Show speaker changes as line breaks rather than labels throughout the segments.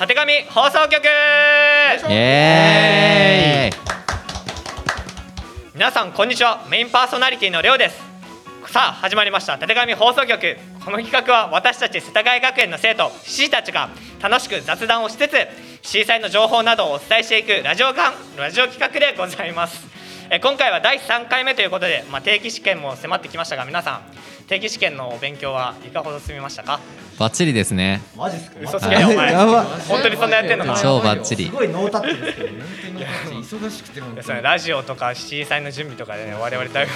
放送局
イエーイ
皆さんこんにちはメインパーソナリティのりょうですさあ始まりましたたてがみ放送局この企画は私たち世田谷学園の生徒師たちが楽しく雑談をしつつ震災の情報などをお伝えしていくラジオがラジオ企画でございますえ今回は第3回目ということで、まあ、定期試験も迫ってきましたが皆さん定期試験のお勉強はいかほど進みましたか
バッチリですね
マジっすか
嘘つけよお前
やば
本当にそんなやってんのか
超バッチリ
すごいノータッチですけどね
忙しくても
ですねラジオとか震災の準備とかで、ね、我々だいぶ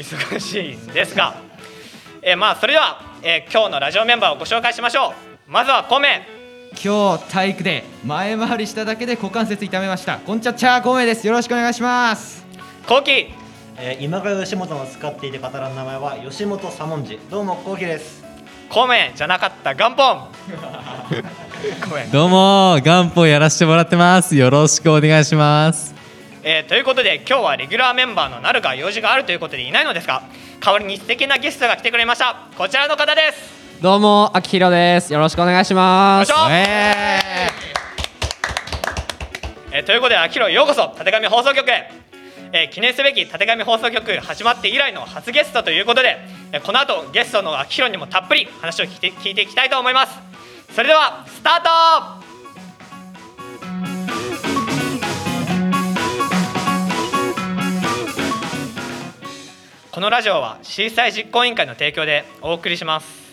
忙しいんですが、えーまあそれでは、えー今日のラジオメンバーをご紹介しましょうまずはコメ
今日体育で前回りしただけで股関節痛めましたこんちゃっちゃーコウメですよろしくお願いします
コウキ
えー今川義元の使っていた刀の名前は吉本左文字どうもコウキです
コメじゃなかった元本ごめん
どうも元本やらせてもらってますよろしくお願いします
えーということで今日はレギュラーメンバーのなるが用事があるということでいないのですが代わりに素敵なゲストが来てくれましたこちらの方です
どうも、あきひろです。よろしくお願いしま
よいしょ
え
えーということで秋広ようこそたてがみ放送局へ、えー記念すべきたてがみ放送局始まって以来の初ゲストということで、えーこの後ゲストの秋広にもたっぷり話を聞いて聞いていきたいと思いますそれではスタートこのラジオは震災実行委員会の提供でお送りします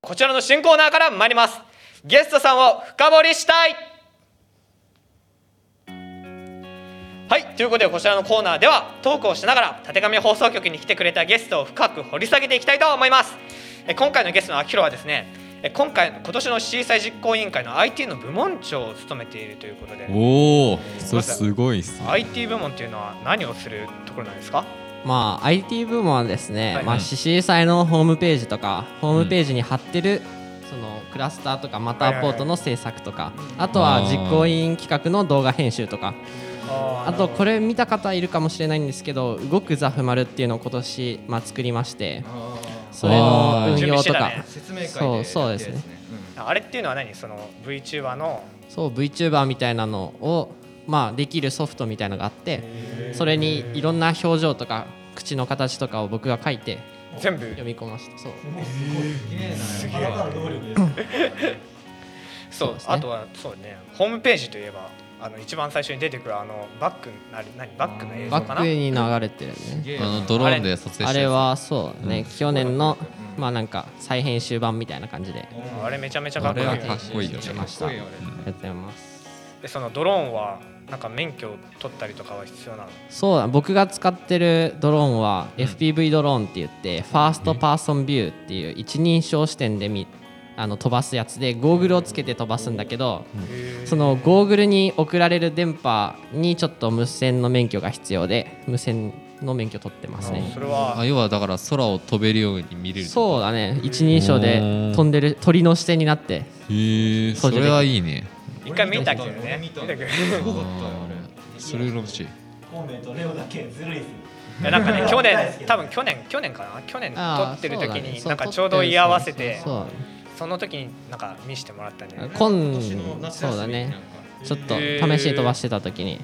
こちらの新コーナーから参ります。ゲストさんを深掘りしたいはい、ということでこちらのコーナーではトークをしながらたてがみ放送局に来てくれたゲストを深く掘り下げていきたいと思います。え今回のゲストのあきひろはですね、え今回今年の震災実行委員会の IT の部門長を務めているということで、
おおそれすごいっす
IT 部門っていうのは何をするところなんですか？
まあ、IT 部門はですね、
はい
まあ、CC 祭のホームページとか、ホームページに貼ってる、そのクラスターとか、マターポートの制作とか、あとは
あー
実行委員企画の動画編集とか、あ
あ
とこれ見た方いるかもしれないんですけど、動くザフマルっていうのを今年、まあ、作りまして、それの運
あー準備
用とか
してたね、
説明会で
そうそうですね
やって
あれっていうのは何？その VTuber の
そう VTuber みたいなのを、まあ、できるソフトみたいのがあって、それにいろんな表情とか、口の形とかを僕が書いて
全部
読み込ました。そう
体の動力です
そう
そうですね
あとはそうねホームページといえばあの一番最初に出てくるあのバックなる何バックの映像
バ
か
ッ
な
クに流れてる
やつ
ね
ねうん
あのドローンで撮影して
あれはそうね、去年の、まあなんか再編集版みたいな感じで
あれめちゃめちゃかっこいいよ
あ
ね
れはかっこいいよね
しました
かっ
や
こいいよね
ってます
でそのドローンはなんか免許を取ったりとかは必要なの
そうだ僕が使ってるドローンは FPV ドローンって言って、ファーストパーソンビューっていう一人称視点で見あの飛ばすやつでゴーグルをつけて飛ばすんだけど、そのゴーグルに送られる電波にちょっと無線の免許が必要で無線の免許取ってますね
それは
あ要はだから空を飛べるように見れる
そうだね一人称で飛んでる鳥の視点になって
へえそれはいいね
一回見たけどね
俺見た
見たけど
すごかったよあれ
それ羨ましい
孔明とレオだけずるいっすね
いやなんかね去
大好き
年多分去年去年かな去年撮
あ
っ
ー
てる時
そうだね
に
そう
なんかちょうど居合わせて
そう
その時になんか見してもらったんだよね
今そうだねちょっと
へ
試
ー
しに飛ばしてた時に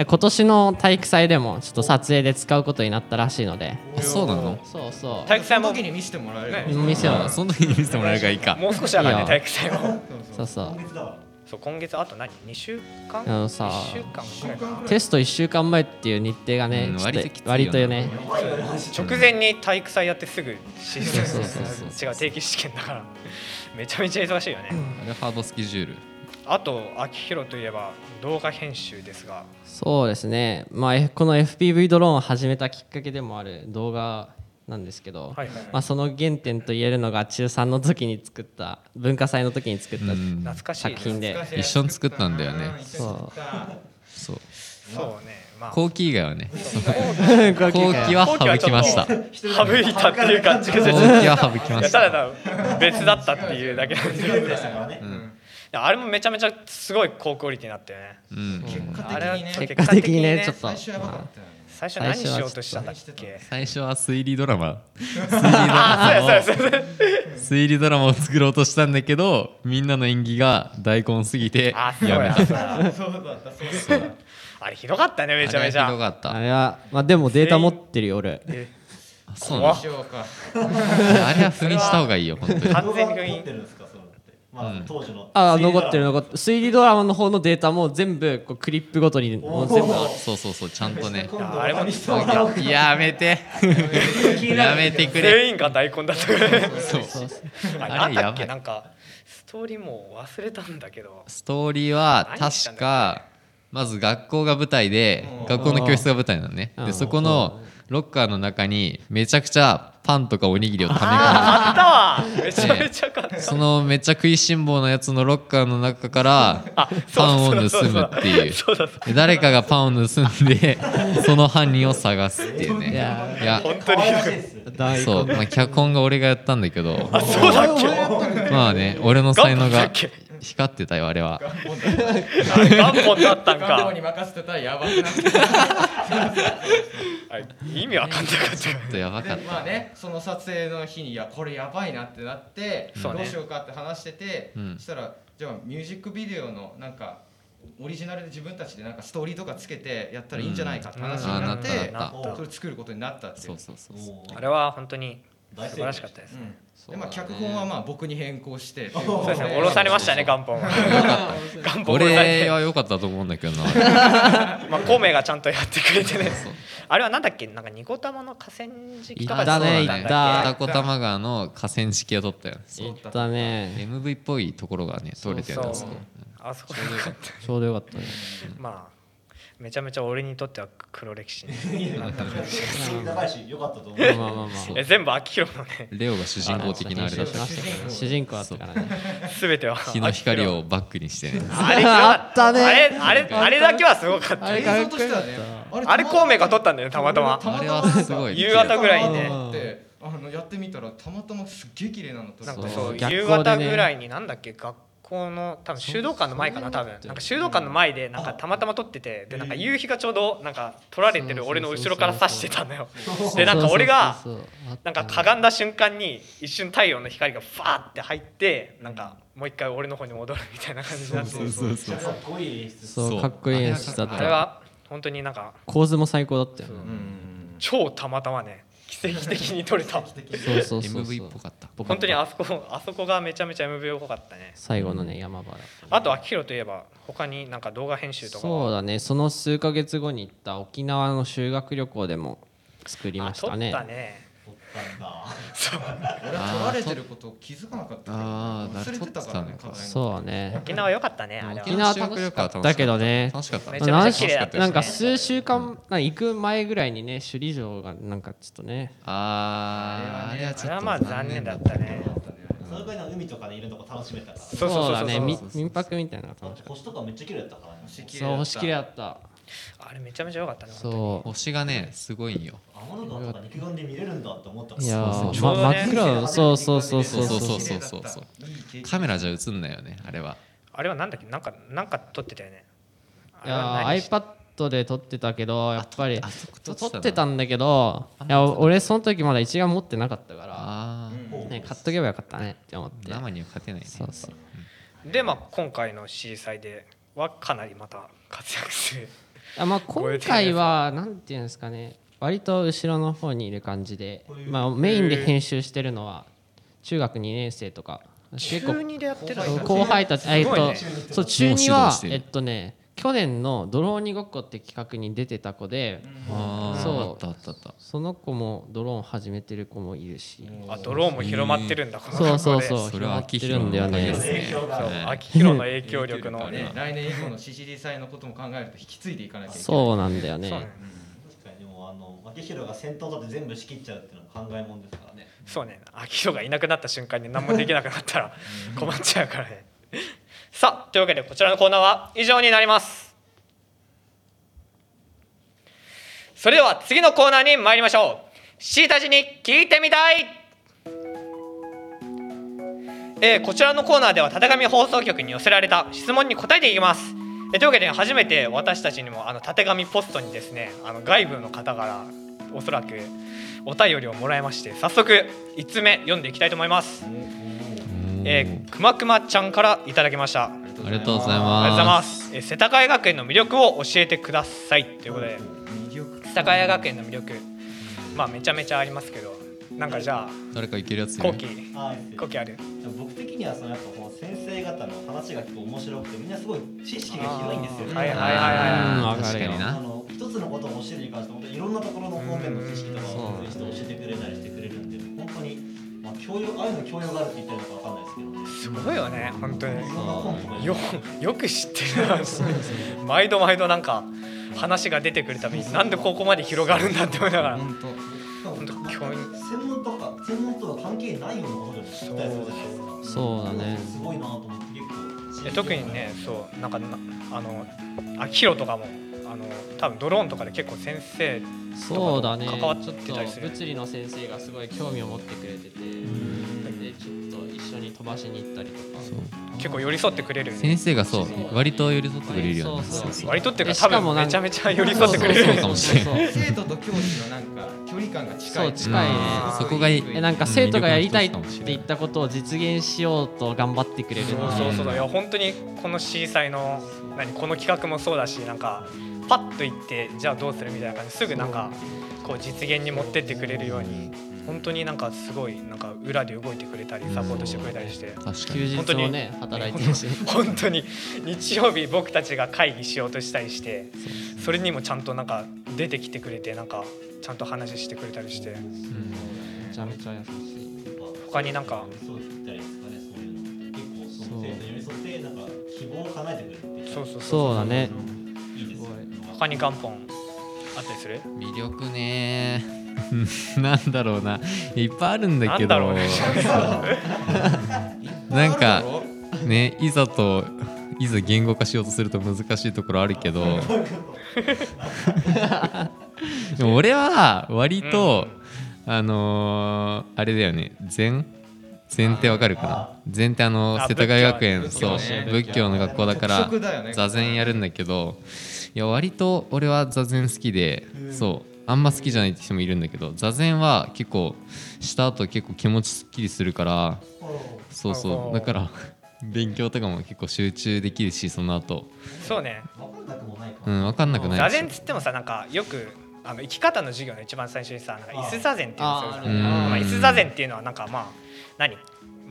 え今年の体育祭でもちょっと撮影で使うことになったらしいので
あそうなの
そうそ
体育祭
そ
も
の時に見せてもらえる
ね
う店
あ
を
ーその時に見せてもらえるからいい か
もう少しだから
い
ね
や
体育祭も
そうそう
今月だわ
そう今月あと何2週間
あのさ
1週間くらいかな
テスト1週間前っていう日程がね
うん
ちょっ
割ときついよ
と
ね
割とね
直前に体育祭やってすぐシーズン
そうそうそう
違う定期試験だからめちゃめちゃ忙しいよね、
あれハードスケジュール
あと秋広といえば動画編集ですが
そうですねまあえこの FPV ドローンを始めたきっかけでもある動画なんですけど、
はいはいはい
まあ、その原点と言えるのが中3の時に作った文化祭の時に作った
うん
懐かしい
作品で、
一緒に作ったんだよね
そう
そう
そうねまあ
後期以外 はね後
後
期は
後期は
省きました
ち
後
省いたっていう感じがする
期は省きましたた
だただ別だったっていうだけなんですけど
でした からね
あれもめちゃめちゃすごい高クオリティになってね
うん
結果
あれは
的にね
結果的にねちょっと
最初やばかったよね
最初何
最初は
しようとしたんだっけ
最初は推理ドラマ
ああそうやそうやそうや
推理ドラマを作ろうとしたんだけどみんなの演技が大根すぎて
あそう
やめ
や
た
そうやあれひどかったねめちゃめち
あれはひど
ゃ
かっ
あ
た
れは、まあ、でもデータ持ってるよ俺
あそうなんだ
しようか
あれは不倫した方がいいよ本当に
完全
動画
に
残ってるんですかそれってまあ、当時の
あ残ってる
の
残ってる推理ドラマの方のデータも全部こうクリップごとにもう全部
おー
そうそうそうちゃんとね
今度
あれも
は見せてもらおうか
やめてやめてくれ
全員が大根だったからね
そう
あれ
あ
なん
れ
だ
や
っ
ば
け
い
なんかストーリーもう忘れたんだけ ど
ストーリーは確かまず学校が舞台で学校の教室が舞台なのね
うん
でそこのロッカーの中にめちゃくちゃパンとかおにぎりをため込んで
ああったわめちゃめちゃかった
そのめっちゃ食いしん坊なやつのロッカーの中から
あ
パン
そ
を
うだ
盗
そうだ
むっていう
そうだそうだ
で誰かがパンを盗んでその犯人を探すっていうねい
いや
や
本当
可
に
愛らしい ですね
大
そう、まあ、脚本が俺がやったんだ けど
あそうだっけ
まあね俺の才
ガ
能
ンポンだっ
が
け
光ってたよあれは
あ元本だった んか
に任せてたらやばくなって
あ意味わかんなかった
ちょっとやばかった
まあねその撮影の日にいやこれやばいなってなって、
そうね
どうしようかって話してて、
うん
そしたらじゃあミュージックビデオのなんかオリジナルで自分たちでなんかストーリーとかつけてやったらいいんじゃないかって話になって、
うんあなった
なった
それ作ることになったっていう
そうそうそうそう
もう
あれは本当に
大
素晴らしかったです
うん
そう
で
だね
まあ、脚本はまあ僕に変更してって
そ
い
う
そうですね
ね
降ろされましたね元本 元本降ろされ
俺
て
は良かったと思うんだけど な
まあ孔明がちゃんとやってくれてねあれはなんだっけなんかニコ玉の河川敷とか
行っ
で
た
撮
ね
ったん
行っ
だ
た
っ
二子玉川の河川敷を撮ったよ
行ったね
MV っぽいところがね撮れてるん
そうそ
です
うあそこ
ちょうどよかったね
まあめちゃめちゃ俺にとっては黒歴史ね
長いし良かったと思う
まあまあまあ
え全部秋広のね
レオが主人公的なあれだっ
主
た
人公主人公だったからね
全ては
日の光
秋広
をバックにしてね
あれ
あったね
あれあれあれだけはすごかった
映像としてはねあ
あれ孔明が撮ったんだよねた
た
またま
あれはすごい
夕方ぐらいで
であのやってみたらたまたますっげえ綺麗なの撮れ
な
た
んかそう
そう
夕
逆光
方
でね
ぐらいになんだっけ学校の多分修道館の前かな多分なんか修道館の前でなんかたまたま撮っててでなんか夕日がちょうどなんか撮られてる俺の後ろから刺してたのよでなんか俺が
そうそうそうそう
なんかかがんだ瞬間に一瞬太陽の光がファーって入ってなんかもう一回俺の方に戻るみたいな感じになって
そう
めっちゃかっこいい演出
そうかっこいい演出だっ
あれ
た
は本当になんか
構図も最高だったよね
うん
超たまたまね奇跡的に撮れた
そうそうそうそう
MV っぽかった
本当にあそこあそこがめちゃめちゃ MV っぽかったね
最後のね山場だった
あと秋広といえば他になんか動画編集とかは
そうだねその数ヶ月後に行った沖縄の修学旅行でも作りましたね
あ撮ったね
撮ったんだ
俺は撮られてること気づかなかった
あー
忘れてたから
撮っ
ね
てたのか
そうだね
沖縄良かったねあれは
沖縄楽しかったけどね
楽しかった
め
ま
ちゃ
あ
め
何
ちゃ綺
し
麗だったですね
なんか数週間なんか行く前ぐらいにね首里城がなんかちょっとね
あーあれは
あ
ち
れ
ょっ
は
と
まあ残念だったね
そのぐらいの海とかでいるとこ楽しめたから
そうそうそうそう
だねみ
そうそうそう
民泊みたいなのが
だっ
楽
て
しかっ
星とかめっちゃ綺麗だったからね
たそう星きれだった
あれめちゃめちゃ良かったね
そう
星がねすごいんよ
天の川とか肉眼で見れるんだって思ったから
いや
そう
ー
そ
ちょう
う
ま
どね
真っ黒そうそうそうそう
そうそう
そう
そうそうそうカメラじゃ映んないよねあれは
あれはなんだっけなんかなんか撮ってたよねあ
い
れは
や
何し
iPad で撮ってたけどやっぱり
あそこ撮ってた
撮
な
ってたんだけどいや俺その時まだ一眼持ってなかったか
ああ
らね買っとけばよかったねって思って
生には勝てないね
そうそう
でまあ今回の C 祭ではかなりまた活躍する
あまあ今回はなんていうんですかね割と後ろの方にいる感じで、まあ、メインで編集してるのは中学2年生とか結
中
構
二でやってる
そう
の
後輩たち、あえっ
すごい
と
ね
そう中2
も
は
う指導してる
えっとね去年の「ドローニごっこ」って企画に出てた子で、
ああ
そう
あったあったあった
その子もドローン始めてる子もいるし、
あドローンも広まってるんだこの
そ
学校
うそう
で
そう
それは秋
広
広
ま
の
って
影響
るんだよね
ですね
そう
はい
秋広の影響力の
影響力あ
ね
る
ね来年以降の CCD 祭のことも考えると引き継いでいかなきゃいけない
そうなんだよね
そうね
確かにでもあの脇広が先頭だって全部仕切っちゃうっていうのは考えもんですからね
そうね秋広がいなくなった瞬間に何もできなくなったら困っちゃうからねさあというわけでこちらのコーナーは以上になりますそれでは次のコーナーに参りましょう C たちに聞いてみたいえーこちらのコーナーではたてがみ放送局に寄せられた質問に答えていきますえというわけで初めて私たちにもあのたてがみポストにですねあの外部の方からおそらくお便りをもらいまして早速1つ目読んでいきたいと思います、えー、くまくまちゃんからいただきました
ありがとうござ
あ
い
りがとうござい
ま
ますす。えー世田谷学園の魅力を教えてくださいということで、
魅力
世田谷学園の魅力、まあめちゃめちゃありますけど、なんかじゃあ
誰かいけるやついる
後期
はい
後期ある。
僕的にはそのやっぱこの先生方の話が結構面白くてみんなすごい知識が広いんですよね。
はいはいはい
うん
あ
わ
ー
か
確
る
か
よ
に
あ
な
の一つのことを教えるに関して本当にいろんなところの方面の知識とかを
うん
全然して教えてくれたりしてくれるんで本当に、まあ、教養ああいうの教養があるって言ってるのかわかんないですけどね。
すごいよね、本当に。
いろんな本とか
よよく知ってるな毎度毎度なんか話が出てくるたびになんでここまで広がるんだって思いながら。
本当
本当
全
教員
く専門とか専門とは関係ないようなことでも知ったりするじゃないですか。
そうだね
すごいなと思って結構。
え特にねそうなんかなあの秋広とかもあの多分ドローンとかで結構先生
そうだね
関わって
ちょった
り
と
する
物理の先生がすごい興味を持ってくれててでちょっと一緒に飛ばしに行ったりとか
結構寄り添ってくれるよね
先生がそう割と寄り添ってくれるよね
そうそうそう
割とっていうか
え
多
しか
分
もなん
めちゃめちゃ寄り添ってくれ
そう
る
かもしれん
そうそうそう
生徒と教師のなんか距離感が近い
そう近いね
そこがいい
えなんか
うん
生徒がやりたいって言ったことを実現しようと頑張ってくれるってい
そうそうそういや本当にこの C 祭の何この企画もそうだしなんかパッと行ってじゃあどうするみたいな感じすぐなんかこう実現に持ってってくれるように本当になんかすごいなんか裏で動いてくれたりサポートしてくれたりして。
確か
休
に
日もね働いてるし
本当に日曜日僕たちが会議しようとしたりしてそれにもちゃんとなんか出てきてくれてなんかちゃんと話してくれたりして
めちゃめちゃ優しい
他になんか
そう言ったりですかねそういうのって結構その生徒に寄り添ってなんか希望を叶えてくれるって
そうそうそう
そうだね
いいですよね
他に元本あったりする
魅力ね なんだろうないっぱいあるんだけど
なんだろうね
なんか
あるだろ
ねいざといざ言語化しようとすると難しいところあるけ どでも俺は割と、あのーあれだよね禅禅ってわかるかな禅ってあの
あ
世田谷学園
仏
そ
教
う
仏教ね
仏教の学校だか
特色だよ
ら
ね
座禅やるんだけどいや割と俺は座禅好きでそうあんま好きじゃないって人もいるんだけど座禅は結構した後結構気持ちすっきりするからそう
あ
そ
ー
うだから 勉強とかも結構集中できるしその後
そうね
分かんなくもないか
うん分かんなくない
座禅っつってもさなんかよくあの生き方の授業の一番最初にさなんか椅子座禅っていうんですよ
あ
ね
ー
うん
まあ、椅子座禅っていうのはなんかまあ何、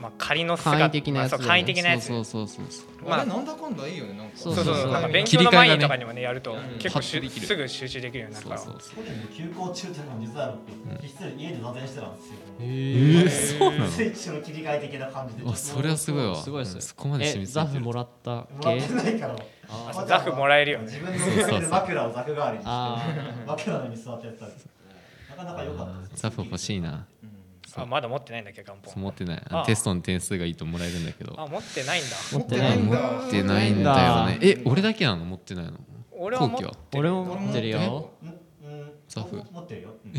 まあ、仮の姿
簡易的なやつ
まあそう簡易的なやつ
そうそうそうそう
う
ま
あ
あ
れなんだかんだいいよねなんか
そう
そうそう
そう
なんか勉
切
強
り替
の
えがね
前にとかにもねやると
うん
結構
パッとで
し
きる
すぐ集中できるようになる
そ
か
う
ら
そうそう
去年の休校中というのも実は僕ひっそり家で座禅してたんですよ
えー、そうなの
スイッチの切り替え的な感じで
あそれはすごいわ
すごいっす
う
よ
んそこまで染
え
みついて
ザ
る
フもらった
もらっ
系
てないから
あザフもらえるよね
自分の座ってる枕をザフ代わりに
あ
して 枕の上に座ってやってたんですなかなか良かったです
ザフ欲しいな
あまだ持ってないんだっけ元
そう
本
持ってない
あ
テストの点数がいいともらえるんだけど
あ持ってないんだ
持ってない
ん
持
だ
ってないんだよねえ俺だけなの持ってないの
俺は持っ
後期
て
は
俺も持ってるよ
うんうん
ザフ
持ってるようん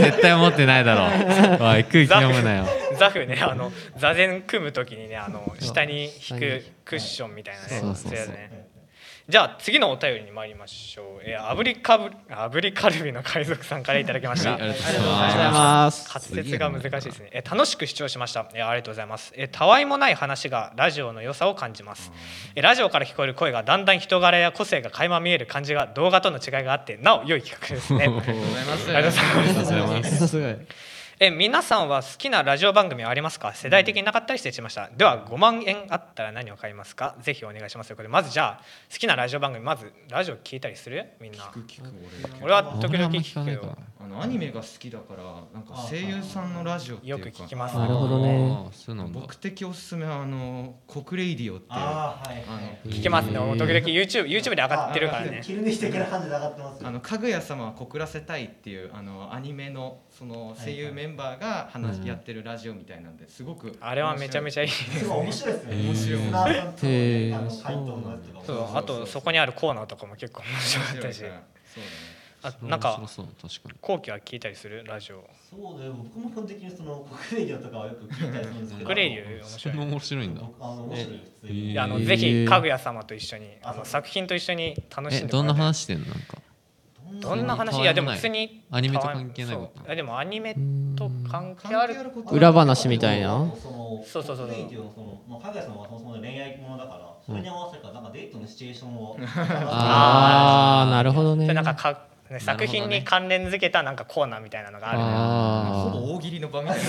絶対持ってないだろうおい空気読むなよ
ザフねあの座禅組む時にねあの下に引くクッションみたいなね
そうそうそう
やつねじゃあ次のお便りに参りましょう、えー、炙りかぶ炙りカルビの海賊さんからいただきまし
はい
た
ありがとう
ありがとう
ご
ご
ざい
ざい
ます
ます
滑舌が難しいですねえー楽しく視聴しましたえーありがとうございますえーたわいもない話がラジオの良さを感じますえーラジオから聞こえる声がだんだん人柄や個性が垣間見える感じが動画との違いがあってなお良い企画ですねありが とう
ありがとうご
ご
ざいます
ます
すごい
え皆さんは好きなラジオ番組はありますか世代的になかったりしてしましたでは5万円あったら何を買いますかぜひお願いしますということでまずじゃあ好きなラジオ番組まずラジオ聞いたりするみんな
聞く俺
俺は時
俺
々
あんま聞
聞
か
く
な
け
いか
ど
ら
あのアニメが好きだからなんか声優さんのラジオっていう
よ
か
く聞きます
なるほどね
あーそうなんだ
僕的おすすめはあの国レイディオっていうあ
ああはいはい
の
聞けますね俺も時々 YouTube, YouTube で上がってるからね
切り抜き的な感じで上がってますよ
あのかぐや様は告らせたいっていうあのアニメのその声優メンバーが話、やってるラジオみたいなんですごく
あれはめちゃめち
ゃ
ゃいい
すごい面白いですね
面白い
砂さんとね
へー
あの回答のやつとか
そ
も
うあとそこにあるコーナーとかも結構面白かったし
そうだね
あなんか
面白そう確かに
後期は聞いたりするラジオ
そうで僕も基本的にその国レディオとかはよく聞いたりするんですけど
グレイリュー面
そ
白い
んな面白いんだ
僕あの面白い普通
え
に
いやあの
へー
ぜひかぐや様と一緒にあ
あそ
の
う
作品と一緒に楽し
え
んで
どん
もらえ
な
たら
話してんのなんか
どんな話
たわいもない
いやでも普通に
アニメと関係ない
たわ
こと
そういやでもアニメと関係ある
こと
裏話みたいな
その
そうそうそうそう
国レディオのそのまあ加賀さんはそもそも恋愛ものだからそれに合わせたなんかデートのシチュエーションを
あーなるほどね
でなんかかね作品に関連付けたなんかコーナーみたいなのがあるのよ
ほぼ
あ
大喜利の場みたいな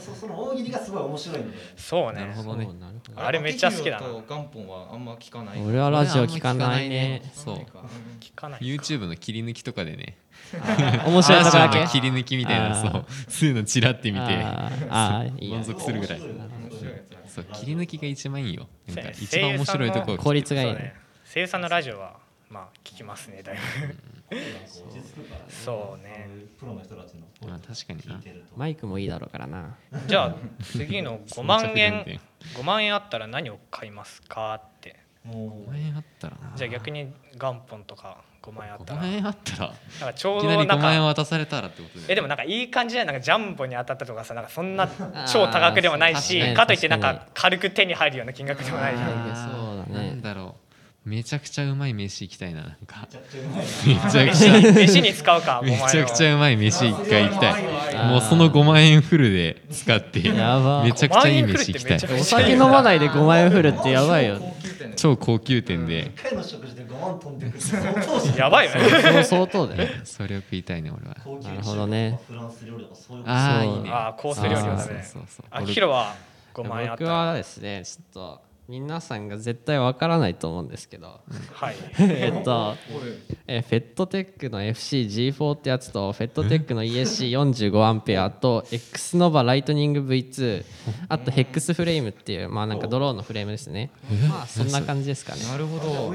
そそその大喜利がすごい面白いんで
そう
あなる
ね
ほ
あ
どね
なるほ
あれめっちゃ好きだな
と元本はあんま聞かない
ど俺はラジオ聞かないね
そう
なんかうん
聞かないか
YouTube の切り抜きとかでね
面白いとこだ
ラジオ
け
の切り抜きみたいな
あ
そ
ー
うそういうのチラって見て
あーあーいいや
満足するぐらい
面白い
そう切り抜きが一番いいよなんか
せ
一番面白いところ
効率がいい
そうね声優さんのラジオはまあ聞きます ねだいぶ
落ち着くからね
そうね
あのプロの人たちの
まあ確かにな
聞いてると
マイクもいいだろうからな
じゃあ次の5万
着眼
円
点
5万円あったら何を買いますかって
も
5
う
万円あったらな
じゃあ逆に元本とか5万円あったら
5万
なん
円あったら
かちょ
いうきな
ど
り
な
5
ん
万円
か
渡されたらってことだよ
えでもなんかいい感じでなんかジャンボに当たったとかさなんかそんな超多額でもないし
あー
かといってなん
確かに
か軽く手に入るような金額でもないじゃん
あー
そうだね
なんだろうめちゃくちゃうまい飯行きたいななんか
めちゃくちゃうまい
飯
めちゃくちゃ
な
に飯に使うか5万円
め
を
ちゃくちゃうまい飯一回行きたい
い
もうその5万円フルで使って めち
やば
ゃくちゃいい飯行き
5万円フ
た
ルってめちゃくちゃいい
お
い
酒飲まないで5万円振るってやばいよ
高級店で
超高級店で
一回の食事で5万飛んでくる相当じゃん
やばいよね
そう相当だよ
それを食いたいね俺は
高級
なるほどね
フランス料理とかそういう
ああ
そう
いいね
あーコース料理はダメだよ
そうそうそう
あ
俺
ヒロは5万円あった
僕
ら
はですねちょっと皆さんが絶対わからないと思うんですけ ど
はい
えっと
俺
えーフェットテックの FCG4 ってやつとフェットテックの ESC45 アンペアと X ノバライトニング V2 あとヘックスフレームっていうまあなんかドローンのフレームですねまあそんな感じですかね
なるほど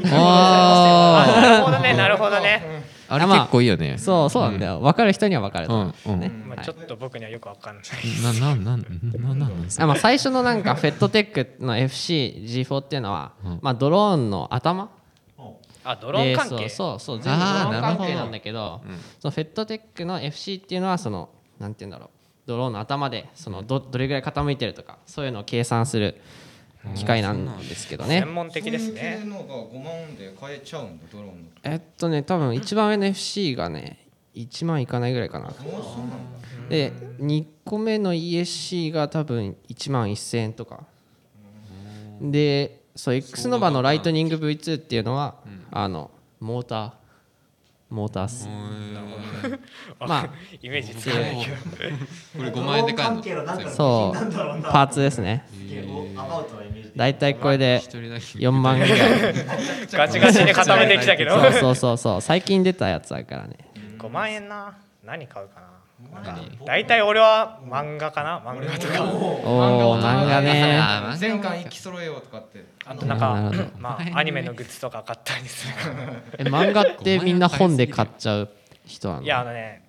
あ
あ
なるほどねなるほどね、
ああれ結構いいよね
そうそうなんだよ分かる人には分かると思う
うんうん
ね
まあ、ちょっと僕にはよくわかんない
なななんななんなんですか
あまあ最初 のなんかフェットテックの FCG4 っていうのは
うん
まあドローンの頭
あドローン関
で
係
そうそうそう全部ド
あー
ローン
なる
関
ほど
係なんだけどそのフェットテックの FC っていうのはそのなんて言うんだろうドローンの頭でそのどどれぐらい傾いてるとかそういうのを計算する機械なんですけどね
専門的です
そういう
ね
のが5万で買えちゃうんだドローンの
えっとね多分一番上の FC がね1万いかないぐらいかな
あそうなんだ
で2個目の ESC が多分1万1000円とかでそう X ノバのライトニング V2 っていうのはあのモーターモーターっすまあ
イメージつかないけど
これ5万円で買えるの
関係のなんか
そう
なんだろうな
パーツですね
すげえおアバウトなイメージで
大体これで
一人だけ
4万ぐらい
ガチガチに固めてきたけど
そうそうそうそう最近出たやつだからね
5万円な何買うかななんか
何
大体俺は漫画かな漫画とか
おお漫画ね
あー漫画
全巻一気揃えようとかって
あとなん
なる
か
ほ
まあアニメのグッズとか買ったりするか
え漫画ってみんな本で買っちゃう人な
ら
の
いやあのね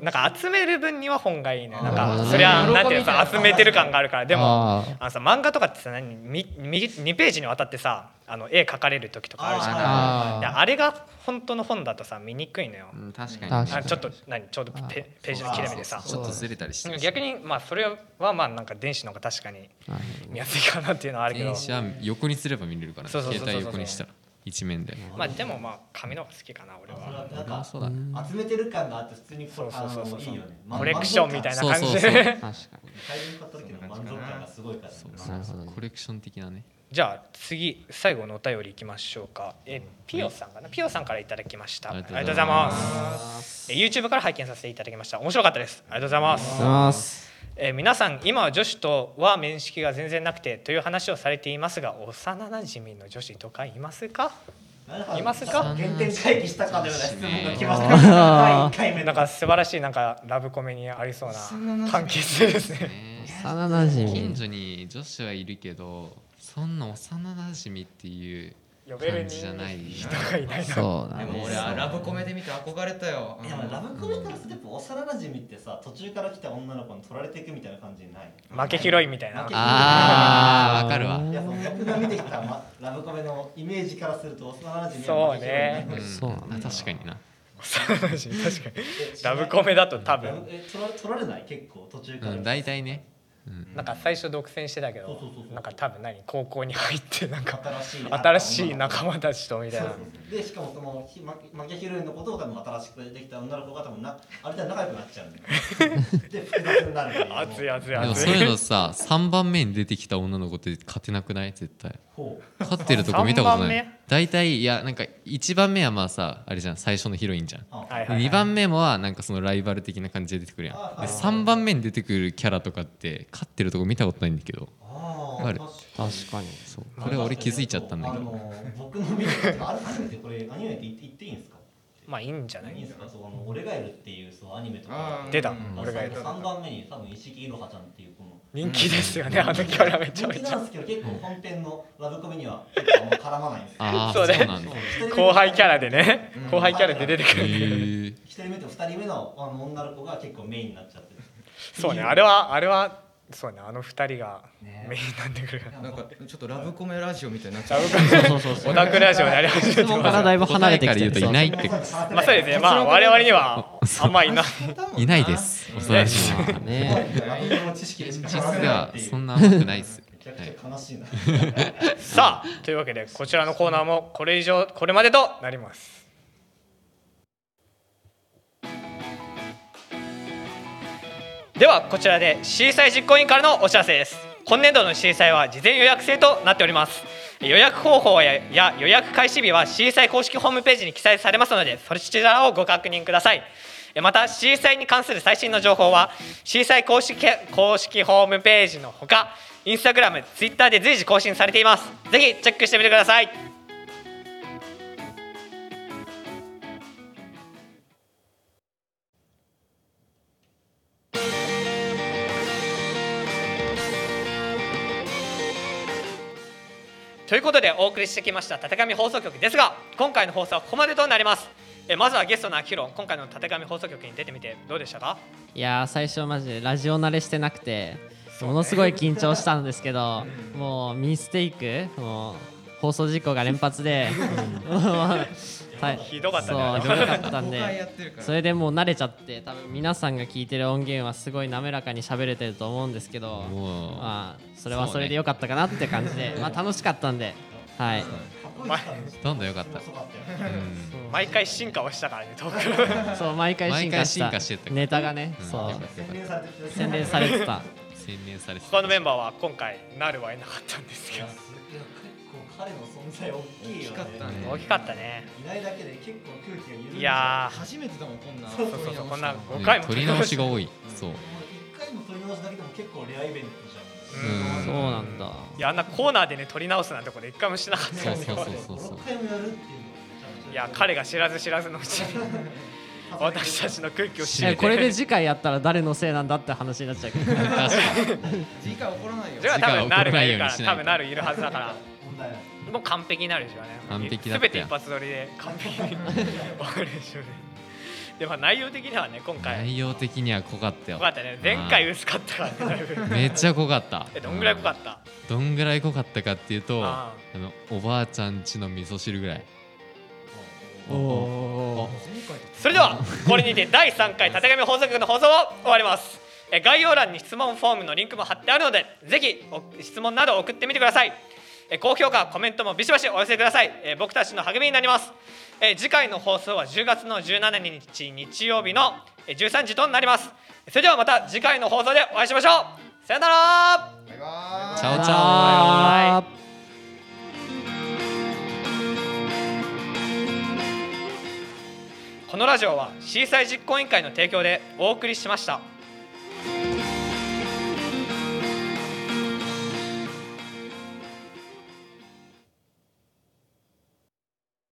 なんか集める分には本がいいねなん
な
か
るほどね
そりゃなんていうのさ集めてる感があるからでも
あー
あのさ漫画とかってさ何みみ2ページにわたってさあの絵描かれる時とかあるじゃん
あ
いやあれが本当の本だとさ見にくいのよ、
うん確
確か
か
に
に
あちょっと何ちょうどペページの切れ目でさ
ちょっとずれたりしてるし
逆にまあそれはまあなんか電子の方が確かに
なる
見やすいかなっていうのはあるけど
電子は横にすれば見れるからね
そうそうそう
携
そう
帯横にしたら一面で
まあでもまあ紙の方が好きかな俺
それ
は
はなんか
そうだね
集めてる感があって普通に
そうそうそうそう
あのいいよね
コレクションみたいな感じ
そうそうそ
で
確か
大量に買った時の満足感がすごいからね
になるほど ね
コレクション的なね
じゃあ次最後のお便りいきましょうかえピオさんかなピオさんからいただきましたあ
あ
り
り
が
が
とうご
とうご
ざ
ざ
い
い
ま
ます
え YouTube から拝見させていただきました面白かったですありがとうございます
ありがとうございます
えー皆さん今は女子とは面識が全然なくてという話をされていますが幼なじみの女子とかいますかいますか
原点回帰したかのような質問が来ました
あー
第一回目
な
だ
ん
か
か素晴らしいなんかラブコメにありそうな関係性ですね
ね
幼なじみ
近所に女子はいるけどそんな幼馴染っていう
呼べる
感
に
じじゃない
人がいない
そうだ
でも
ね
俺はラブコメで見て憧れたよ
いやラブコメからするとやっぱ幼馴染ってさ途中から来た女の子に取られていくみたいな感じにない
負け広いみたいな
負け
あーわかるわ
いやその僕が見てきた、ま、ラブコメのイメージからすると幼馴染
そうね
うん
そう
あ確かにな
確かに
え
ラブコメだと多分
え取ら取られない結構途中か
う
ら、
ん、大体ね
なんか最初独占してたけど
そうそうそうそう
なんか多分何高校に入ってなんか
新しい
新しい仲間たちとみたい
そう
な
そうでしかもそのひまマキアヒロインのことを多分新しくできた女の子が多分なあれで仲良くなっちゃうんだよ で複雑になるから
熱い熱い
でも
熱
そう
い
いうのさ3番目に出てきた女の子って勝てなくない絶対
ほう
勝ってるとこ見たことな
三番
い大体いやなんか1番目はまあさあれじゃん最初のヒロインじゃん
あ
はいはいはい
2番目もはなんかそのライバル的な感じで出てくるやん
あ
で3番目に出てくるキャラとかって勝ってるとこ見たことないんだけど
あ
わかる
確かに
そうこれ俺気づいちゃったんだけ
あ
ど
の僕の見ると改めてこれアニメって言って言っていいんですか
まあいいんじゃない
いいんですかそうあの俺がいるっていうそうアニメと
あ
か
ー
出た
うん
俺がいる
3番目に多分石木いろはちゃんっていうこの
人気ですよねあのキャラめちゃ
人
め
気
ちゃ
なんですけど結構本編のラブコメには結構あんま絡まないんですよ
ああ
そ
そうう
ね
なんだへ
後輩キャラ
で
でね
うん
後輩キャラで出てくるんだけど
え
1人目と2人目のあの女の子が結構メインになっちゃってる
そうねあれはあれはそうねあの二人が
ね
メインになってくる
なんかちょっとラブコメラジオみたいになっちゃ
ラ
う
ブコメ
そうそうそう
オタクラジオになり始めて
質問からだいぶ離れてき
答
て
えから言うといないって
まあそうですねまあ我々にはあんま いない
いないです恐ろしいな
まあね
ラブコメの知識でしか
実
絡めない
は
っていう
そんな甘くないっす
めちゃくちゃ悲しいな
さあというわけでこちらのコーナーもこれ以上これまでとなりますではこちらで C 祭実行委員からのお知らせです今年度の C 祭は事前予約制となっております予約方法やや予約開始日は C 祭公式ホームページに記載されますのでそちらをご確認くださいえまた C 祭に関する最新の情報は C 祭公式公式ホームページのほかインスタグラム、ツイッターで随時更新されていますぜひチェックしてみてくださいということでお送りしてきましたたてがみ放送局ですが今回の放送はここまでとなりますえまずはゲストのあきひろ今回のたてがみ放送局に出てみてどうでしたか
いやー最初マジでラジオ慣れしてなくてものすごい緊張したんですけどもうミステイクもう放送事故が連発でもうはい
ひどかったね
そうひどかったん
公開や
で
ってるから
それでもう慣れちゃって多分皆さんが聞いてる音源はすごい滑らかに喋れてると思うんですけど
もう
まあそれはそれでよかったかなって感じで、まあ楽しかったんではい
どんどん良かった
遅かったよ
うん
毎回進化をしたからねトーク
そう毎回進化した
毎回進化してった
ネタがね、
うん
そう
よかったよ
洗
かっ
練されてる
洗練されてた
た洗練されてた
他のメンバーは今回なるはいなかったんです
い
け
や
ど
すいや結構彼の存在大きいよ
大きかったね
ね
大きかったね
いないだけで結構空気が緩んじゃう
いやー
初めてだもんこんな
そう
そうそうこんな5回
ね
も
撮り直しが多いそう
もう一回の取り直しだけでも結構レアイベントじゃ
うん
そうなんだ
いやあんなコーナーでね撮り直すなんてこと一回もしなかったんですよ
そうそうんそうそう
五六回もやるっていうのがめちゃめちゃ
いや彼が知らず知らずのうちに 私たちの空気を締め
え
て
これで次回やったら誰のせいなんだって話になっちゃうけ ど
次回怒らないよ
じゃあ多分なるがいるか
次回は怒らないように
ら
しないと
多分なるいるはずだから
問題ない
もう完璧になるでしょうね
完璧だったよ
全て一発撮りで完璧にわかるでしょうねでも内容的にはね今回よ
内容的には濃かったよ
かったね前回薄かったからねだい ぶ
めっちゃ濃かった
えどんぐらい濃かった
どんぐらい濃かったかっていうとあ
あ
のおばあちゃんちの味噌汁ぐらい
おお
前回と
それではこれにて第3回たてがみ放送局の放送を終わりますえ概要欄に質問フォームのリンクも貼ってあるのでぜひお質問など送ってみてくださいえ高評価コメントもビシバシお寄せくださいえ僕たちの励みになりますえ次回の放送は10月の17日日曜日のえ13時となりますそれではまた次回の放送でお会いしましょうさよなら
バイバーイ
チャオチャ
あ
オ
このラジオはシーサイ実行委員会の提供でお送りしました